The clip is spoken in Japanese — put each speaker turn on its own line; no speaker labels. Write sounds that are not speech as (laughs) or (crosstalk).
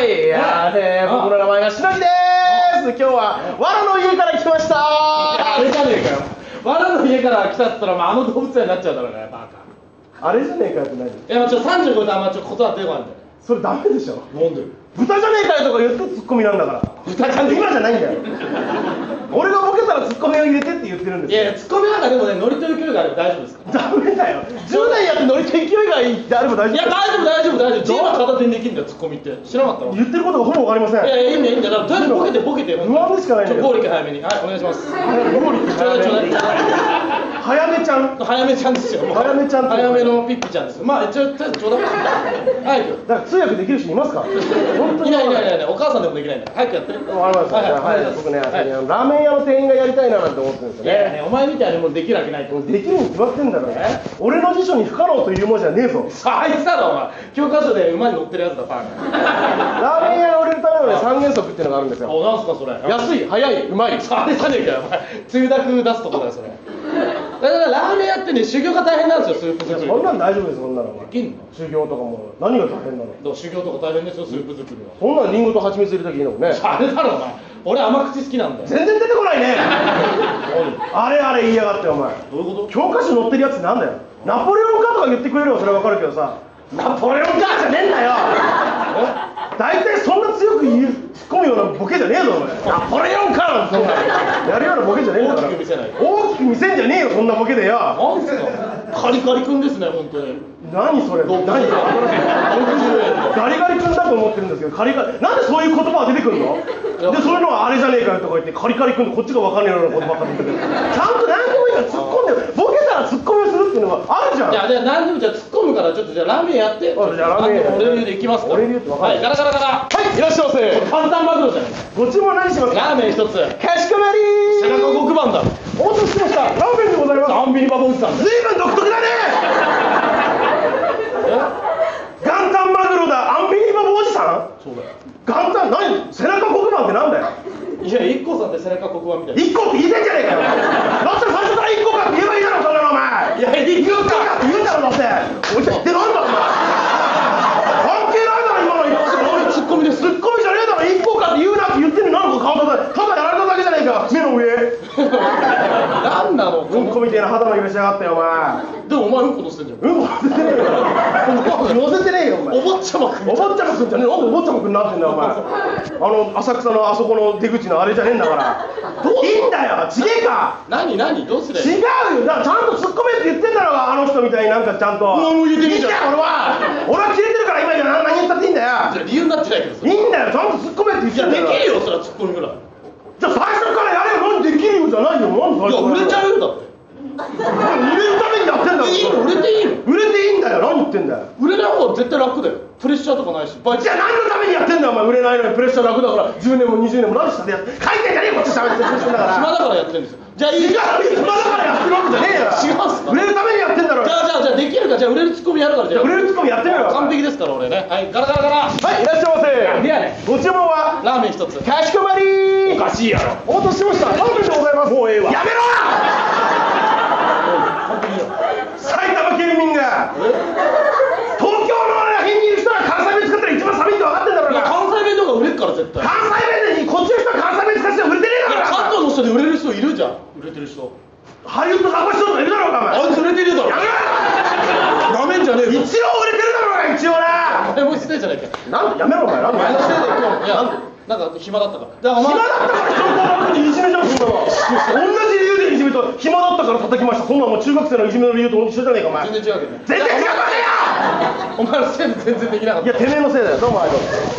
い、やーね、僕の名前がしのきでーす。今日は、わらの家から来ました
あ
ー。
れじゃねえかよわらの家から来たっつったら、まあ、あの動物園になっちゃうだろうねバカ
あれじゃねえかよって何
いやまあちょっと35であんまちょっと断ってよかんだよ
それダメでしょ。
なんでよ
豚じゃねえかよとか言ってツッコミなんだから。豚じゃねえ今じゃないんだよ。俺がボケたらツッコミを入れてって言ってるん
い
ですよ。
やツッコミなんかでもねノリと勢いがあれば大丈夫ですか
ダメだよ。10年やって乗り手勢いがいいってあれば大
い
丈
や
夫。
大丈夫大丈夫大丈夫チームは片手にできるんだよツッコミって知らなかったのい
言ってることがほぼわかりません。
やいやいいんだよいいんだよだからとりあえずボケてボケて
不安でしかない
ち
んだ
ょ
よ。
っとゴーリキ早めにはいお願いします
ゴーリ
ちょうだいちょうだい
早めちゃん。
早めちゃんですよ。もう
早めちゃんって
早めのピッピちゃんですよ。まあ、ちょ、ちょ、ちょうだい。早く。
だから通訳できる人いますか本当に
いないいないいないいない、お母さんでもできないんだ。早くやって。
わかりました。じゃあ
はい、
はい、僕ね、
はい
ラーメン屋の店員がやりたいななんて思ってるんですよ
いや
ね。
ね、お前みたいにもうできるわけないと。
できるに決まってんだろ
え。
俺の辞書に不可能というものじゃねえぞ。
さあ、あいつだろ、お前。教科書で馬に乗ってるやつ
(laughs)
だ、パン。
ラーメン屋が売れるためのね、三原則っていうのがあるんですよ。
お、なんすか、それ。
安い、早い、うまい。
さあれじゃねえかよ、お前。つゆだく出すとこだよ、それ。だから、ラーメン屋ってね、修行が大変なんですよ、スープ作り。
そんなん大丈夫です、そんなの。お前
できんの。
修行とかも、何が大変なの。
どう修行とか大変ですよ、スープ作りは。
そんなんリンゴと蜂蜜入れたきいいのもんね。
あれだろ、お前。俺甘口好きなんだよ。
全然出てこない (laughs) ね。あれあれ言いやがって、お前。
どういうこと
教科書載ってるやつなんだよ。ナポレオンかとか言ってくれれば、それはわかるけどさ。ナポレオンかじゃねえんだよ。大体そんな強く言う、突っ込むようなボケじゃねえぞ、お前。ナポレオンかなんて、そんな。やるようなボケじゃねえんだから。
大きく見せない
大きく見せんじゃねえよ、そんなボケでよ。
なんすかカリカリ君ですね本当に
何それ。何
60円
ガリガリ君だと思ってるんですけど、カリカリ、なんでそういう言葉が出てくるので、そういうのはあれじゃねえかよとか言って、カリカリ君ってこっちが分かんねえようなことばっかり言ってる。ちゃんと何でもいいから突っ込んでよ、ボケたら突っ込みをするっていうのがあるじゃん。
じゃあじゃあ何でもじゃあ突っ込むからちょっとじゃあラーメンやっ
じ
て
ゃあラーメンやって
俺流でいきますから
俺流ってわかんない
はいガラガラガラ
はい、いらっしゃいませ。
簡単マグロじゃない
ご注文何にしますか
ラーメン一つ
かしこまり
背中
ー
黒板だ
お待たせしました。ラーメンでございま
アンビリバボンさん
す。ずいぶん独特だね元旦マグロだ、アンビリバボーおじさん
そうだよ
元旦、何背中黒板ってなんだよ
いや一 k さんって背中黒板みたいな
一個って言いたいんじゃねえかよだって最初から一個かって言えばいいだろ、そんなのお前
いや一 k
言うかって言うんだろ、だっておい、で、なんだお前関係ないだろ、今の一個しか
俺ツッコミです
ツッコミじゃねえだろ、一個かって言うなって言ってんのになんか顔叩いてただやられただけじゃねえか目の上
何なの
うんこみたいな肌の色しやがってよお前
でもお前うんこ乗せてんじゃん
うんこ乗せてねえよ乗せてねえよお前
お坊ちゃまくん
お坊ちゃまくんじゃねえなんでお坊ちゃまくんになってんだよお前あの浅草のあそこの出口のあれじゃねえんだからいいんだよちげえか
何何どうすれ
違うよだからちゃんと突っ込めって言ってんだろうがあの人みたいになんかちゃんと
何も言えてねえじゃ
いい
ん
だよ俺は俺は切れてるから今じゃ何何言ったっていいんだよ
理由になってないけどさい
いいんだよちゃんと突っ込めって言って
や
ん
で
だよ
きるよそりゃツッコミぐらい
じゃあ最初からやれよ何できるよじゃないよ何
いや売れちゃ
う
うよだって
売れるためにやってんだよ
いいの売れていいの
売れていいんだよ何言ってんだよ
売れない方が絶対楽だよプレッシャーとかないしバイト
じゃあ何のためにやってんだよお前売れないのにプレッシャー楽だから10年も20年も何したでやって書いてんじゃねえよこっち喋ってるんだか
暇
ら
だからやってるんですよじゃあいい
違う
じゃあ
暇だからやってるわけじゃねえよ
違うんすか
売れるためにやってんだろ
じゃあじゃあできるかじゃあ売れるツッコミやるからじゃあ
売れるツッコミやってみろよ
完璧ですから俺ねはいガラガ
はい
ラガラ
いらっしゃいま
いやね
せご注文は
ラ
(laughs)
ーメン一つ
かしこまりーおかしいやろお待たせしましたラーメンでございますもうええわやめろ
完璧だよ
埼玉県民が東京の辺にいる人は関西弁使ったら一番寒いって分かってんだろう
いや
な
関西弁とか売れるから絶対い
関西弁でこっちの人は関西弁使って売れてねえだろう
や
な
関東の人で売れる人いるじゃん売れてる人
ハリウッド探しとるのいるだろうかお前
あいつ売れてるだろ
やめろ
ダメんじゃねえ
一応
ぞ
売れてるだろうが一応な
誰もしてじゃないか
なんでやめろお前なんで
前のせいで
暇
今日いやなんか暇だったからじゃあお前
だったから人のことにいじめじゃんそんなの同じ理由でいじめと暇だったから叩きましたそんなのもう中学生のいじめの理由と一緒じゃねえかお前
全然違うけどね
全然違うわね
お前のせいで全然できなかっ
えよいやてめえのせいだよどうもありがとう